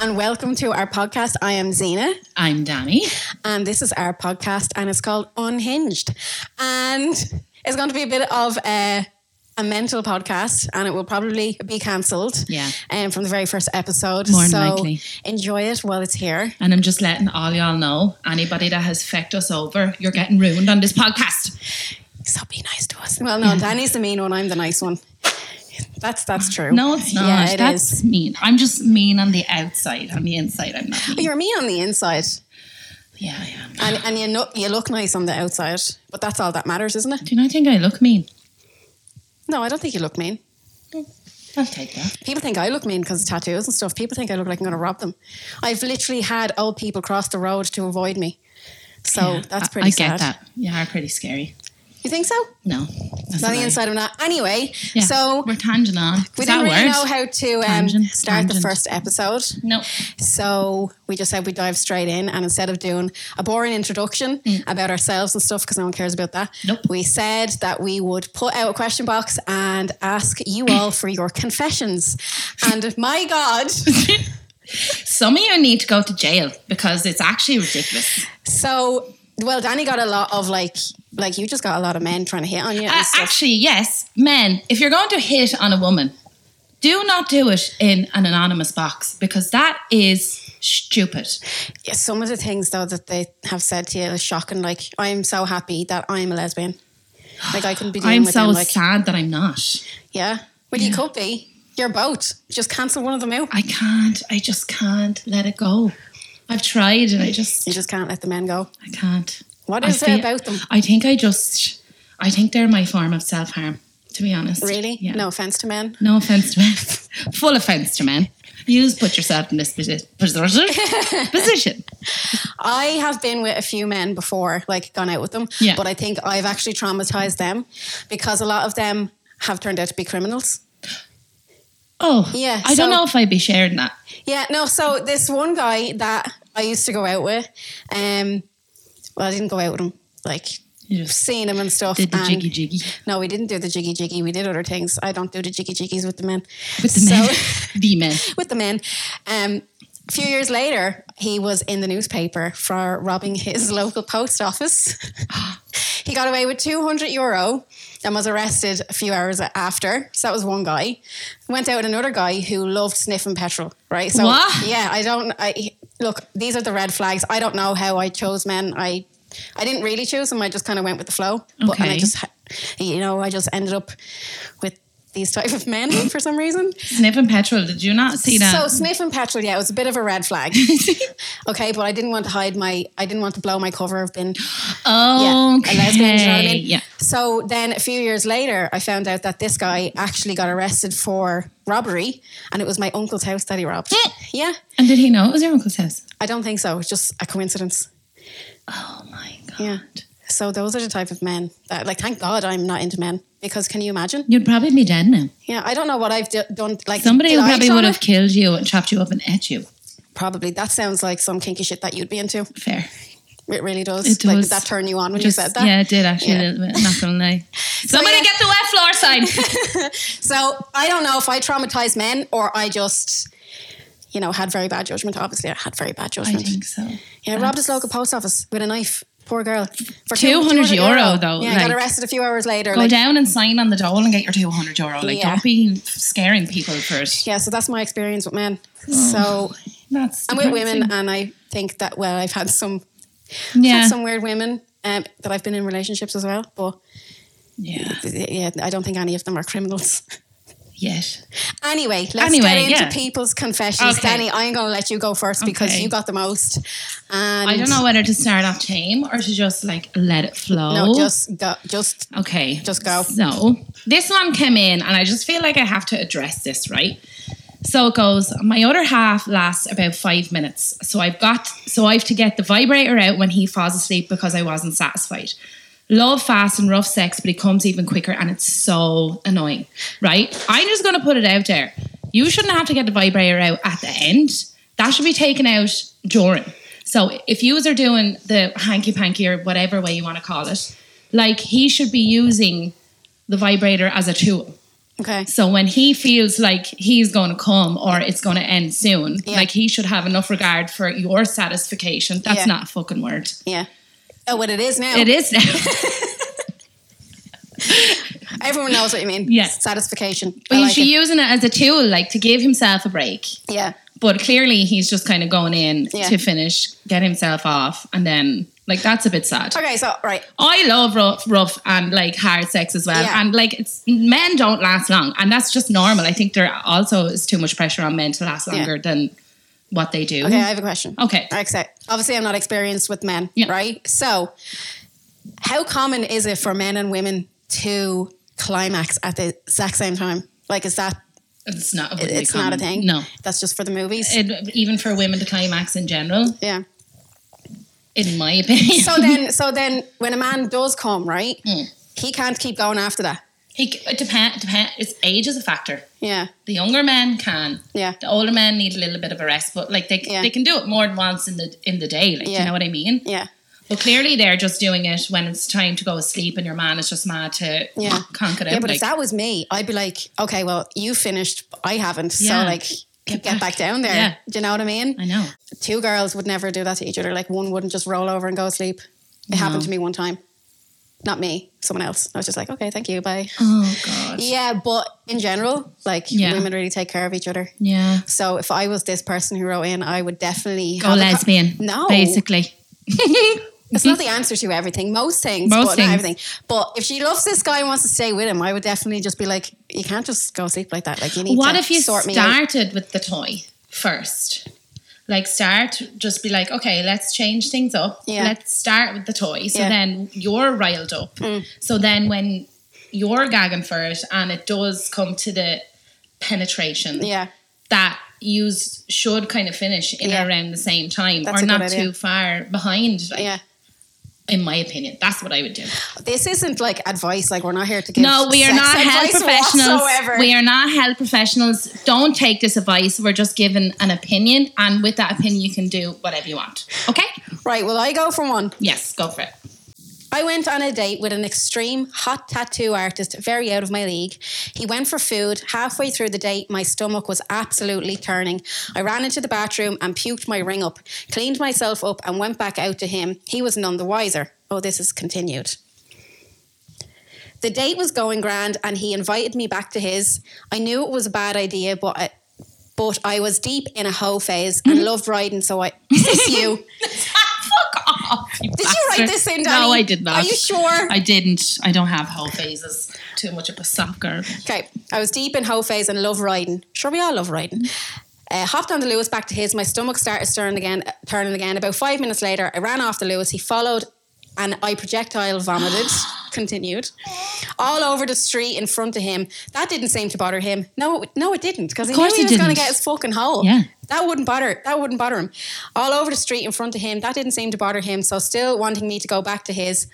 and welcome to our podcast. I am Zena, I'm Danny. and this is our podcast, and it's called Unhinged. And it's going to be a bit of a, a mental podcast, and it will probably be cancelled. Yeah. um, from the very first episode. More than so likely. enjoy it while it's here. And I'm just letting all y'all know anybody that has fecked us over, you're getting ruined on this podcast. So be nice to us. Well, no, Danny's the mean one. I'm the nice one. That's that's true. Uh, No, it's not. Yeah, it is. That's mean. I'm just mean on the outside. On the inside, I'm not mean. You're mean on the inside, Yeah, I am. and, and you know, you look nice on the outside, but that's all that matters, isn't it? Do you not think I look mean? No, I don't think you look mean. I'll take that. People think I look mean because of tattoos and stuff. People think I look like I'm going to rob them. I've literally had old people cross the road to avoid me. So Yeah, that's I- pretty I sad. get that. You are pretty scary. You think so? No. That's It's on a the lie. inside of that. Anyway, Yeah, so we're tangent on. we Is that didn't a really word? know how to um, Tangent, start the tangent. first episode. No. So we just said we dive straight in, and instead of doing a boring introduction about ourselves and stuff, because no one cares about that, Mm. Nope. we said that we would put out a question box and ask you all for your confessions. And my God, Some of you need to go to jail because it's actually ridiculous. so well, Danny got a lot of like, like you just got a lot of men trying to hit on you. and Uh, stuff. actually, yes, men, if you're going to hit on a woman, do not do it in an anonymous box because that is stupid. Yeah, some of the things though that they have said to you is shocking. Like, I'm so happy that I'm a lesbian. Like, I couldn't be dealing I'm with so them. Like, sad that I'm not. yeah, well, you could be. You're both. Just cancel one of them out. I can't. I just can't let it go. I've tried and I just You just can't let the men go. I can't. What I is feel- it about them? I think I just I think they're my form of self harm. To be honest, Really? Yeah. No offense to men. No offense to men. Full offense to men. You put yourself in this posi- position. position. I have been with a few men before, like gone out with them, Yeah. but I think I've actually traumatized them because a lot of them have turned out to be criminals. Oh, Yeah, I so- don't know if I'd be sharing that. Yeah, no, so this one guy that I used to go out with, um, well, I didn't go out with him, like You just seen him and stuff. did the and jiggy jiggy No, we didn't do the jiggy jiggy. We did other things. I don't do the jiggy jiggies with the men. with the So- men, the men. with the men. Um, a few years later, he was in the newspaper for robbing his local post office. he got away with 200 euro and was arrested a few hours after. So that was one guy. Went out with another guy who loved sniffing petrol, right? So, What? yeah, I don't, I, look, these are the red flags. I don't know how I chose men. I, I didn't really choose them. I just kind of went with the flow. But, and I Okay. just, ha- you know, I just ended up with these type of men for some reason. Sniffing petrol. Did you not see So that? sniffing petrol, yeah, it was a bit of a red flag. okay, but I didn't want to hide my, I didn't want to blow my cover of being yeah, oh, okay. a lesbian. Do you know what I mean? Yeah. So then a few years later, I found out that this guy actually got arrested for robbery, and it was my uncle's house that he robbed. Mm. yeah, And did he know it was your uncle's house? I don't think so. It's just a coincidence. Oh my god. Yeah. So those are the type of men that, like, thank God I'm not into men because can you imagine? You'd probably be dead now. Yeah, I don't know what I've d- done. Like Somebody did who I probably trauma? would have killed you and chopped you up and ate you. probably. That sounds like some kinky shit that you'd be into. Fair. It really does. It Like, did does. that turn you on when Just- you said that? Yeah, it did actually Yeah. a little bit. Not gonna lie. Somebody yeah. get the wet floor sign. So I don't know if I traumatized men or I just, you know, had very bad judgment. Obviously, I had very bad I judgment. think so. yeah, I robbed his local post office with a knife. Poor girl. For 200 euro, though, Yeah, got like- arrested a few hours later. Go like- down and sign on the dole and get your two hundred euro. Like, Yeah. don't be scaring people for it. yeah, so that's my experience with men. Oh, So That's I'm with depressing. women, and I think that well, I've had some Yeah, had some weird women um, that I've been in relationships as well. But yeah. yeah, I don't think any of them are criminals. Yet Anyway, let's Anyway, get into yeah. people's confessions. Okay. Danny, I'm going to let you go first because Okay. you got the most. And I don't know whether to start off tame or to just like let it flow. No, just go, just okay. just go. So this one came in, and I just feel like I have to address this, right? So it goes. My other half lasts about five minutes, so I've got so I've to get the vibrator out when he falls asleep because I wasn't satisfied. Love fast and rough sex, but it comes even quicker, and it's so annoying, right? I'm just gonna put it out there. You shouldn't have to get the vibrator out at the end. That should be taken out during. So if you are doing the hanky panky or whatever way you want to call it, like he should be using the vibrator as a tool. Okay. So when he feels like he's going to come or it's going to end soon, Yeah. like he should have enough regard for your satisfaction. That's Yeah. not a fucking word. Yeah. Oh, what it is now. It is now. Everyone knows what you mean. Yeah. Satisfaction. But I he's like it. using it as a tool, like to give himself a break. yeah. But clearly, he's just kind of going in Yeah. to finish, get himself off, and then like that's a bit sad. Okay, so right. I love rough, rough and like hard sex as well, Yeah. and like it's men don't last long, and that's just normal. I think there also is too much pressure on men to last longer than what they do. Okay, I have a question. Okay. Right, so obviously, I'm not experienced with men, Yeah. right? So, how common is it for men and women to climax at the exact same time? Like, is that It's not. it wouldn't be it's not a common. thing? No. that's just for the movies. It, even for women to climax in general, yeah. in my opinion, So then, so then, when a man does come, right, Mm. he can't keep going after that. He c- it depend, depend. It's age is a factor. Yeah, The younger men can. yeah, The older men need a little bit of a rest, but like they, Yeah. they can do it more than once in the in the day. Like do Yeah. you know what I mean? yeah, But clearly they're just doing it when it's time to go to sleep, and your man is just mad to Yeah. conk it out. yeah. But like, if that was me, I'd be like, okay, well, you finished, I haven't, Yeah. so like, get, Get back. back. down there. Yeah. Do you know what I mean? I know. two girls would never do that to each other. Like one wouldn't just roll over and go to sleep. It happened No. to me one time. Not me, someone else. I was just like, okay, thank you, bye. Oh god. Yeah, but in general, like Yeah. women really take care of each other. Yeah. So if I was this person who wrote in, I would definitely Go have a co- lesbian. No. Basically. It's not the answer to everything. Most things, Mm-hmm. Most but things. not everything. But if she loves this guy and wants to stay with him, I would definitely just be like, you can't just go sleep like that. Like you need What to if you sort me out. started with the toy first? Like start, just be like, okay, let's change things up. Yeah. Let's start with the toy. So Yeah. Mm. then you're riled up. So then when you're gagging for it and it does come to the penetration Yeah. that you should kind of finish in Yeah. around the same time That's a or good not idea. too far behind. like, Yeah. In my opinion, that's what I would do. This isn't like advice, like we're not here to give No, we are sex not health advice professionals. Whatsoever. We are not health professionals. Don't take this advice. We're just giving an opinion, and with that opinion, you can do whatever you want. Okay? Right, well, I go for one. Yes, go for it. I went on a date with an extreme hot tattoo artist, very out of my league. He went for food. Halfway through the date, my stomach was absolutely turning. I ran into the bathroom and puked my ring up, cleaned myself up, and went back out to him. He was none the wiser. Oh, this is continued. The date was going grand, and he invited me back to his. I knew it was a bad idea, but I, but I was deep in a hoe phase and loved riding, so I. Is this you? Fuck off. Did you write this in, No, Danny? I did not. Are you sure? I didn't. I don't have whole phases. Too much of a soccer. Okay, I was deep in hoe phase and love riding. Sure, we all love riding. Uh, hopped on the Lewis back to his. My stomach started stirring again, turning again. About five minutes later, I ran off the Lewis. He followed, and I projectile vomited. continued all over the street in front of him. That didn't seem to bother him. No, it- no, it didn't because he knew course he it was going to didn't. get his fucking hole. Yeah. That wouldn't bother. That wouldn't bother him. All over the street in front of him. That didn't seem to bother him. So still wanting me to go back to his,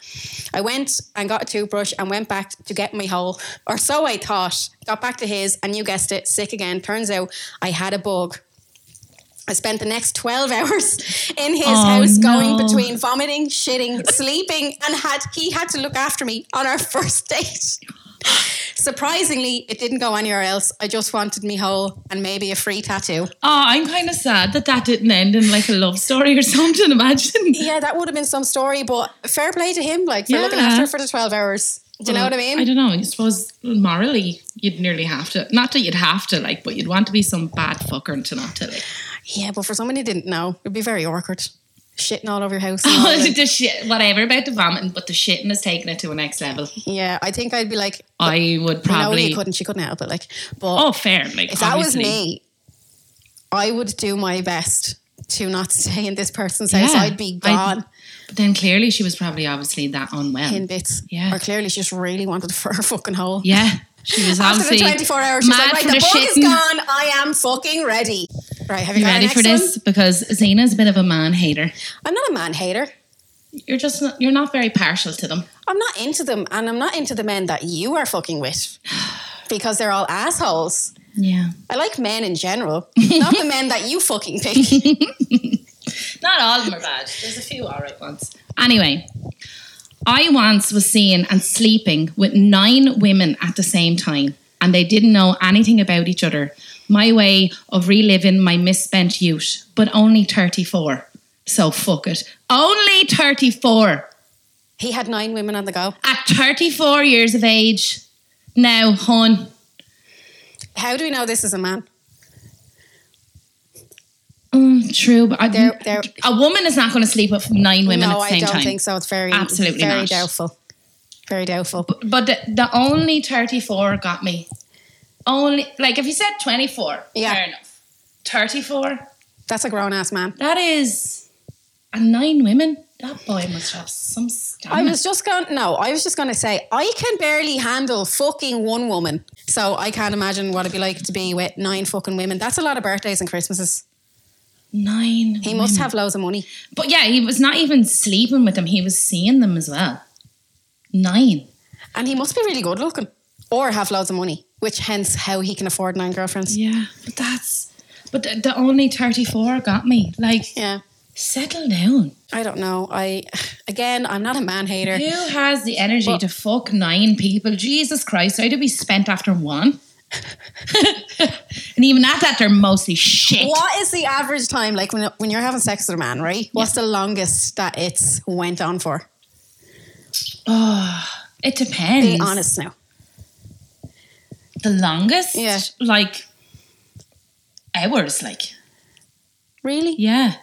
I went and got a toothbrush and went back to get my hole, or so I thought. Got back to his, and you guessed it, sick again. Turns out I had a bug. I spent the next 12 hours in his Oh, house going no. between vomiting, shitting, sleeping, and had he had to look after me on our first date. Surprisingly, it didn't go anywhere else. I just wanted me whole and maybe a free tattoo. Oh, I'm kind of sad that that didn't end in like a love story or something. Imagine. Yeah, that would have been some story, but fair play to him, like for looking Yeah. after her for the 12 hours. Do you know what I mean? I don't know. I suppose morally, you'd nearly have to. Not that you'd have to, like, but you'd want to be some bad fucker to not to, like, yeah, but for someone who didn't know, it'd be very awkward. Shitting all over your house. and all that. the shit, whatever about the vomiting, but the shitting is taking it to a next level. yeah, I think I'd be like, I would probably. no, you couldn't. She couldn't help it. Like, but Oh, fair. Like, if that was obviously. me, I would do my best to not stay in this person's Yeah. house. I'd be I'd- gone But then clearly she was probably obviously that unwell. in bits. Mm. Yeah. Or clearly she just really wanted for her fucking hole. yeah. She was After the obviously 24 hours, she's mad like, right, for the, the book is shitting. gone. I am fucking ready. Right, have you, You got ready a next for this? Because Zena's a bit of a man hater. One? I'm not a man hater. You're just not, you're not very partial to them. I'm not into them, and I'm not into the men that you are fucking with because they're all assholes. Yeah. I like men in general, not the men that you fucking pick. Not all of them are bad. There's a few all right ones. Anyway, I once was seen and sleeping with nine women at the same time. and they didn't know anything about each other. My way of reliving my misspent youth, but only 34. So fuck it. Only 34. He had nine women on the go. At 34 years of age. Now, hon, How do we know this is a man? Mm, true, but I, They're- they're- a woman is not going to sleep with nine women no, at the same I don't time. think so. It's very Absolutely very not. doubtful. Very doubtful. But the, the only 34 got me. Only, like, if you said 24, Yeah. fair enough. 34, That's a grown ass man. that is. And nine women? That boy must have some stamina. I was just going. No, I was just going to say I can barely handle fucking one woman, so I can't imagine what it'd be like to be with nine fucking women. That's a lot of birthdays and Christmases. Nine. He must have loads of money. But yeah, he was not even sleeping with them, he was seeing them as well. Nine. And he must be really good looking or have loads of money, which hence how he can afford nine girlfriends. Yeah, but that's. But the, the only 34 got me. Like, Yeah. settle down. I don't know. I again, I'm not a man hater. Who has the energy to fuck nine people? Jesus Christ, I'd be spent after one. and even at that, they're mostly shit. What is the average time like when when you're having sex with a man, right? What's the longest that it's went on for? Oh, it depends. Be honest now. The longest? Yeah. Like hours, like. Really? Yeah.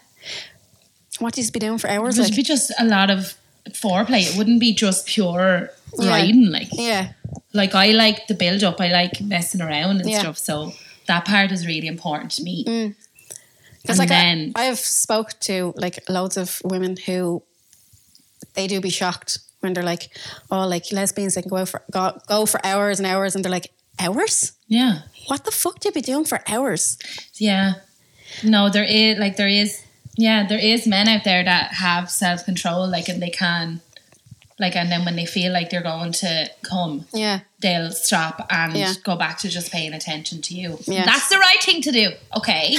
What do you be doing for hours? It would Like, be just a lot of foreplay. It wouldn't be just pure Yeah. riding, like. yeah. Like, I like the build up, I like messing around and Yeah. Mm. stuff. So that part is really important to me. Because And like then- I, I've spoke to like loads of women who they do be shocked when they're like, oh, like lesbians they can go out for go, go for hours and hours, and they're like, hours? Yeah. What the fuck do you be doing for hours? Yeah. No, there is like there is yeah, there is men out there that have self control, like and they can like and then when they feel like they're going to come, Yeah. they'll stop and Yeah. go back to just paying attention to you. Yeah. That's the right thing to do. Okay.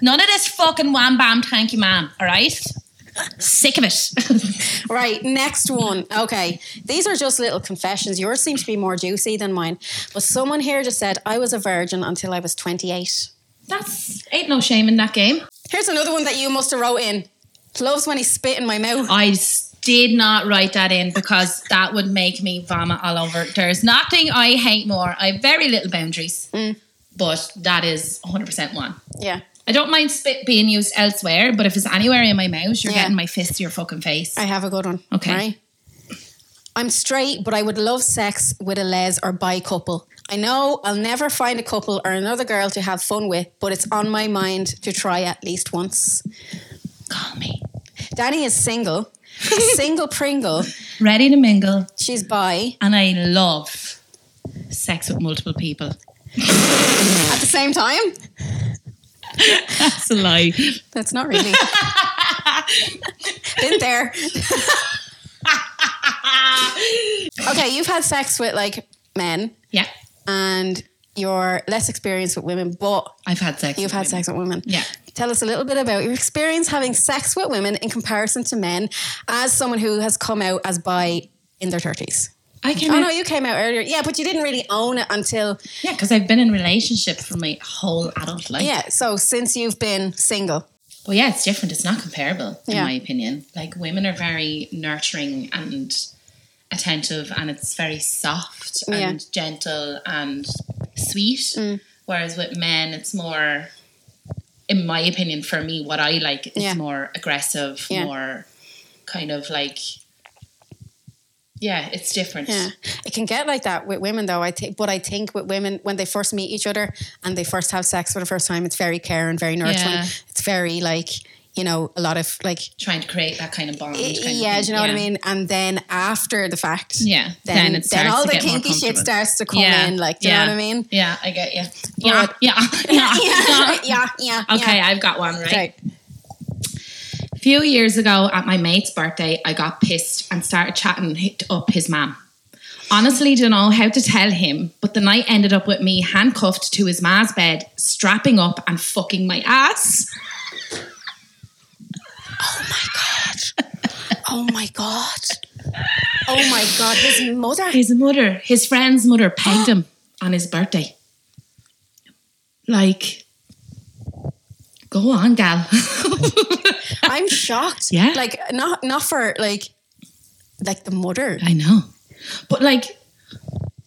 None of this fucking wham bam thank you ma'am, all right? Sick of it. Right, next one. Okay. These are just little confessions. Yours seems to be more juicy than mine. But someone here just said, I was a virgin until I was 28. That's ain't no shame in that game. Here's another one that you must have wrote in. Loves when he spit in my mouth. I s- did not write that in because that would make me vomit all over. There's nothing I hate more. I have very little boundaries, Mm. but that is 100% one. Yeah. I don't mind spit being used elsewhere, but if it's anywhere in my mouth, you're Yeah. getting my fist to your fucking face. I have a good one. Okay. Right? I'm straight, but I would love sex with a les or bi couple. I know I'll never find a couple or another girl to have fun with, but it's on my mind to try at least once. Call me. Danny is single, a single Pringle. Ready to mingle, She's bi. and I love sex with multiple people. At the same time, That's a lie. That's not really. Been there. okay, you've had sex with like men Yeah, and you're less experienced with women, but I've had sex. you've with had women. sex with women. Yeah. Tell us a little bit about your experience having sex with women in comparison to men as someone who has come out as bi in their 30s. I can. Oh no, you came out earlier. Yeah, but you didn't really own it until, Yeah, because I've been in relationships for my whole adult life. yeah, so since you've been single. Well, yeah, it's different. It's not comparable, in Yeah. my opinion. Like women are very nurturing and attentive, and it's very soft Yeah. Mm. and gentle and sweet. Whereas with men, it's more, in my opinion, for me, what I like is Yeah. more aggressive, Yeah. more kind of like, yeah, it's different. Yeah, it can get like that with women, though. I think, but I think with women when they first meet each other and they first have sex for the first time, it's very care and very nurturing. Yeah. It's very like you know a lot of like Trying to create that kind of bond. kind of yeah, thing. do you know what I mean? And then after the fact, Yeah. then Then it then, starts all to the get more kinky shit comfortable. starts to come Yeah, in. Like, do you yeah. know what I mean? Yeah, I get you. But- yeah, yeah, yeah. yeah. yeah, yeah, yeah. Okay, yeah. I've got one, right? Okay. A few years ago at my mate's birthday, I got pissed and started chatting hit up his mum. Honestly, don't know how to tell him, but the night ended up with me handcuffed to his ma's bed, strapping up and fucking my ass. Oh my god. Oh my god. His mother. His mother, his friend's mother, pegged him on his birthday. Like, go on, gal. I'm shocked. Yeah. Like not not for like like the mother. I know. But like,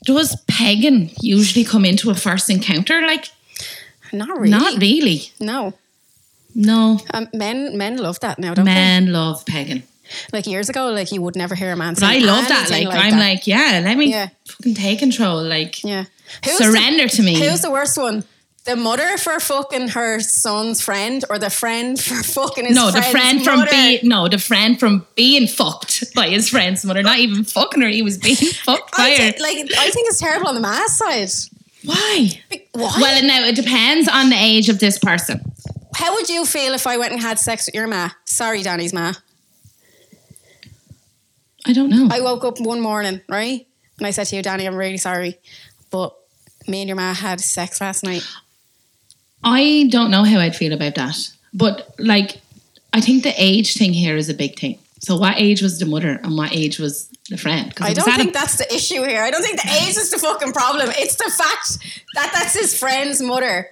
does pagan usually come into a first encounter? Like, Not really. not really. No. No. Um, men men love that now, don't Men love pagan. they? Like years ago, like you would never hear a man But I say love that. anything Like, I'm that. like, yeah, let me Yeah. fucking take control. Like, Yeah. surrender to me. The, who's the worst one? The mother for fucking her son's friend or the friend for fucking his no, the friend's friend from mother? being no, the friend from being fucked by his friend's mother. Not even fucking her. He was being fucked by I her. think, like I think it's terrible on the mass side. Why? Like, Why? Well, now it depends on the age of this person. How would you feel if I went and had sex with your ma? Sorry, Danny's ma. I don't know. I woke up one morning, right? And I said to you, Danny, I'm really sorry, but me and your ma had sex last night. I don't know how I'd feel about that. But like, I think the age thing here is a big thing. So, what age was the mother and what age was the friend? 'Cause I it was don't at a- think that's the issue here. I don't think the age is the fucking problem. It's the fact that that's his friend's mother.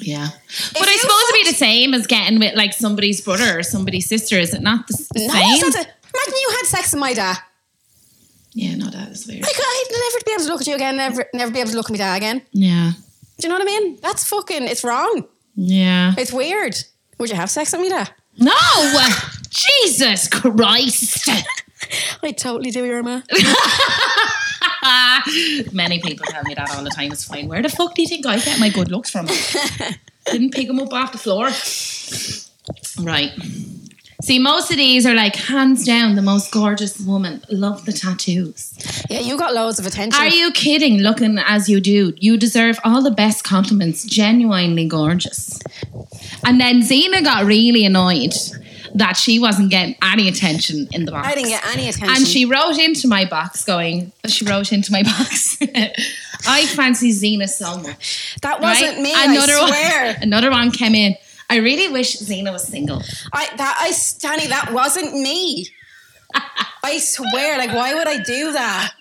yeah. But you it's supposed to be the same as getting with like somebody's brother or somebody's sister. Is it not the s- No, it's same? not the- imagine you had sex with my dad. yeah, no, that is weird. I could, I'd never be able to look at you again. Never, never be able to look at my dad again. Yeah. Do you know what I mean? That's fucking. It's wrong. Yeah. It's weird. Would you have sex with me, dad? No! Jesus Christ! I totally do, your ma. Many people tell me that all the time. It's fine. Where the fuck do you think I get my good looks from? Didn't pick them up off the floor. Right. See, most of these are like hands down the most gorgeous woman. Love the tattoos. Yeah, you got loads of attention. Are you kidding? Looking as you do, you deserve all the best compliments. Genuinely gorgeous. And then Zena got really annoyed that she wasn't getting any attention in the box. I didn't get any attention. And she wrote into my box going, she wrote into my box, I fancy Xena so much. that Right? wasn't me. Another I swear. One, another one came in. I really wish Xena was single. I that I Danny, that wasn't me. I swear, like why would I do that?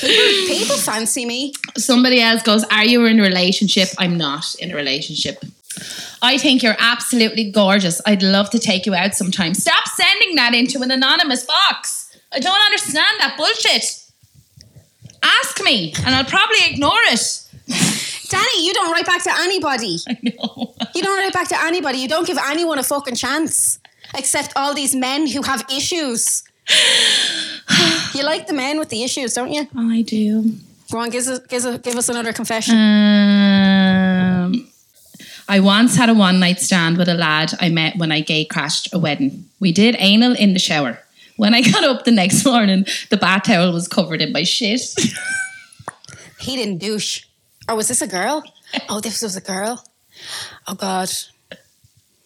People, people fancy me. Somebody else goes, Are you in a relationship? I'm not in a relationship. I think you're absolutely gorgeous. I'd love to take you out sometime. Stop sending that into an anonymous box. I don't understand that bullshit. Ask me, and I'll probably ignore it. Danny, you don't write back to anybody. I know. You don't write back to anybody. You don't give anyone a fucking chance. Except all these men who have issues. You like the men with the issues, don't you? I do. Go on, give us, give us, give us another confession. Um, I once had a one night stand with a lad I met when I gay crashed a wedding. We did anal in the shower. When I got up the next morning, the bath towel was covered in my shit. He didn't douche. Or was this a girl? Oh, this was a girl. Oh, God.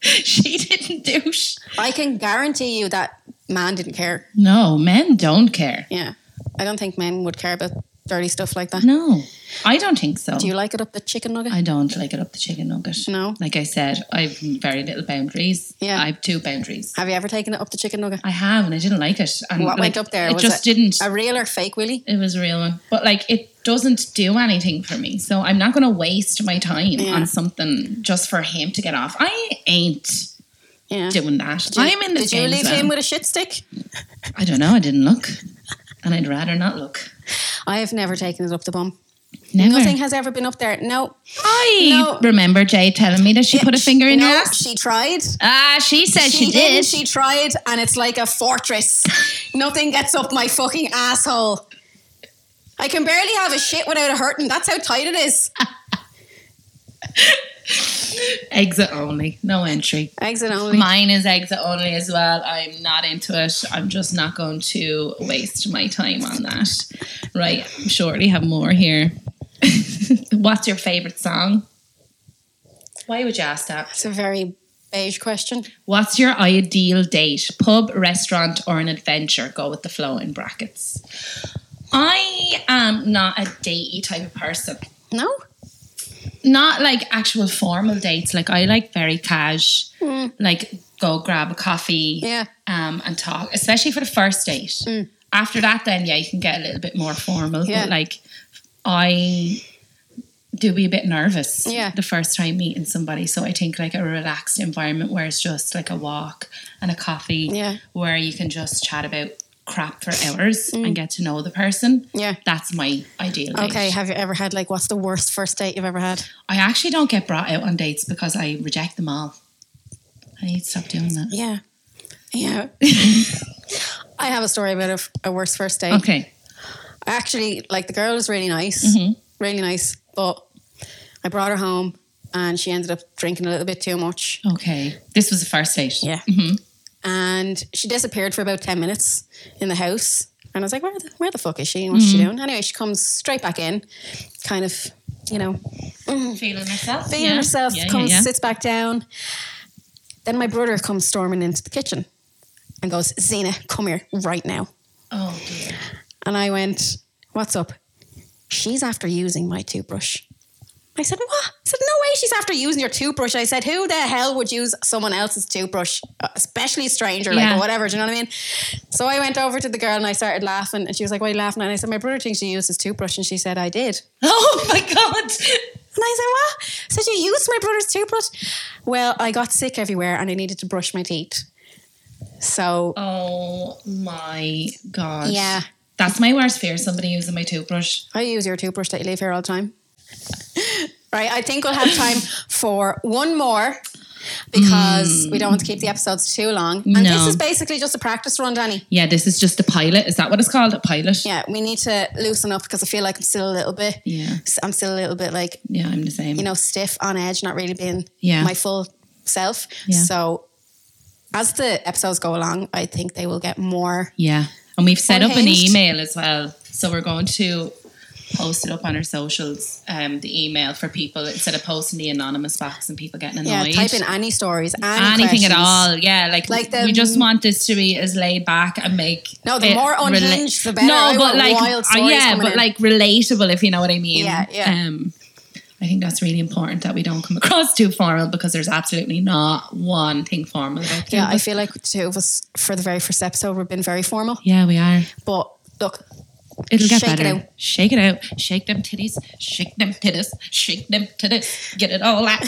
she didn't douche. I can guarantee you that man didn't care. No, men don't care. Yeah. I don't think men would care about dirty stuff like that. No, I don't think so. Do you like it up the chicken nugget? I don't like it up the chicken nugget. No? Like I said, I've very little boundaries. Yeah. I've two boundaries. have you ever taken it up the chicken nugget? I have, and I didn't like it. And What went like, up there? It was just didn't. A real or fake Willy? It was a real one. But like it doesn't do anything for me. So I'm not gonna waste my time Yeah. on something just for him to get off. I ain't Yeah. doing that. Did you- I'm in this Did you game leave as well. him with a shit stick? I don't know, I didn't look. And I'd rather not look. I have never taken it up the bum. Never. Nothing has ever been up there. No. I No. remember Jay telling me that she put a finger in no, your ass. She tried. Ah, she said she, didn't, did. She tried, and it's like a fortress. Nothing gets up my fucking asshole. I can barely have a shit without it hurting. That's how tight it is. Exit only. No entry. Exit only. Mine is exit only as well. I'm not into it. I'm just not going to waste my time on that. Right, I'm shortly have more here. What's your favorite song? Why would you ask that? It's a very beige question. What's your ideal date? Pub, restaurant, or an adventure? Go with the flow in brackets. I am not a datey type of person. No? Not like actual formal dates. Like I like very cash. Like go grab a coffee Mm. Yeah. Mm. um, and talk, especially for the first date. After that, then yeah, you can get a little bit more formal. Yeah. But like, I do be a bit nervous Yeah. the first time meeting somebody. So I think like a relaxed environment where it's just like a walk and a coffee Yeah. where you can just chat about crap for hours and get to know the person. Mm. Yeah. That's my ideal date. Okay, have you ever had like what's the worst first date you've ever had? I actually don't get brought out on dates because I reject them all. I need to stop doing that. Yeah. Yeah. I have a story about a, f- a worst first date. Okay. Actually, like the girl was really nice, really nice, but I brought her home and she ended up drinking a little bit too much. Okay. This was the first date. Yeah. Mm-hmm. And she disappeared for about 10 minutes in the house. And I was like, where the, where the fuck is she? And what's she doing? Anyway, she comes straight back in, kind of, you know, Feeling myself. being herself, comes, sits back down. Then my brother comes storming into the kitchen and goes, Zena, come here right now. Oh dear. And I went, What's up? She's after using my toothbrush. I said, What? I said, No way she's after using your toothbrush. I said, Who the hell would use someone else's toothbrush, Uh, especially a stranger, like, Yeah. or whatever? Do you know what I mean? So I went over to the girl and I started laughing. And she was like, Why are you laughing? And I said, My brother thinks you used his toothbrush. And she said, I did. Oh my god. And I said, What? I said, You used my brother's toothbrush? Well, I got sick everywhere and I needed to brush my teeth. So, Oh my god. yeah, That's my worst fear, somebody using my toothbrush. I use your toothbrush that you leave here all the time. right, I think we'll have time for one more because we don't want to keep the episodes too long. And this No. is basically just a practice run, Danny. Yeah, this is just a pilot. Is that what it's called? A pilot? Yeah, we need to loosen up because I feel like I'm still a little bit, Yeah. I'm still a little bit like, Yeah, I'm the same. you know, stiff on edge, not really being Yeah. my full self. Yeah. So as the episodes go along, I think they will get more. yeah. And we've set up an Unhinged. email as well. So we're going to post it up on our socials, um, the email for people instead of posting the anonymous box and people getting Yeah, annoyed. type in any stories, any Anything questions. at all, yeah. Like, Like the- we just want this to be as laid back and make No, the it more unhinged, the better. No, I but want like, wild uh, stories yeah, coming but in. like relatable, if you know what I mean. Yeah, yeah. Um, I think that's really important that we don't come across too formal because there's absolutely not one thing formal about Yeah, I Cuba. feel like the two of us for the very first episode we've been very formal. yeah, we are. But look, It'll get Shake it better. out. Shake it out. Shake them titties. Shake them titties. Shake them titties. Get it all out.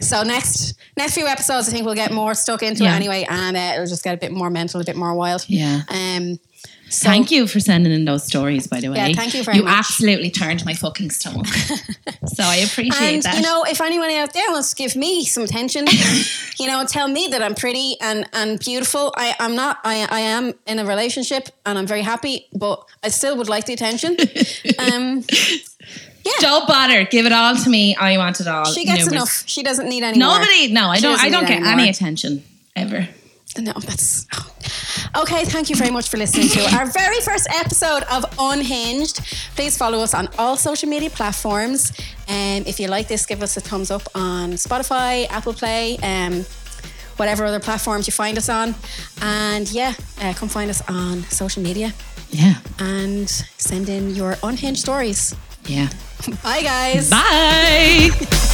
so next next few episodes, I think we'll get more stuck into Yeah. it anyway, and uh, it'll just get a bit more mental, a bit more wild. Yeah. Um. So, Thank you for sending in those stories, by the way. Yeah, thank you very You much. absolutely turned my fucking stomach. so I appreciate And that. you know, if anyone out there wants to give me some attention, you know, tell me that I'm pretty and and beautiful. I I'm not. I I am in a relationship and I'm very happy, but I still would like the attention. um. don't bother. Give it all to me. I want it all. She gets Numerous- enough. She doesn't need any more. Nobody. No, I She don't. doesn't I don't need get any more. any attention ever. No, that's. oh. Okay, thank you very much for listening to our very first episode of Unhinged. Please follow us on all social media platforms. Um, if you like this, give us a thumbs up on Spotify, Apple Play, um, whatever other platforms you find us on. And yeah, uh, come find us on social media Yeah. and send in your unhinged stories. Yeah. Bye, guys. Bye.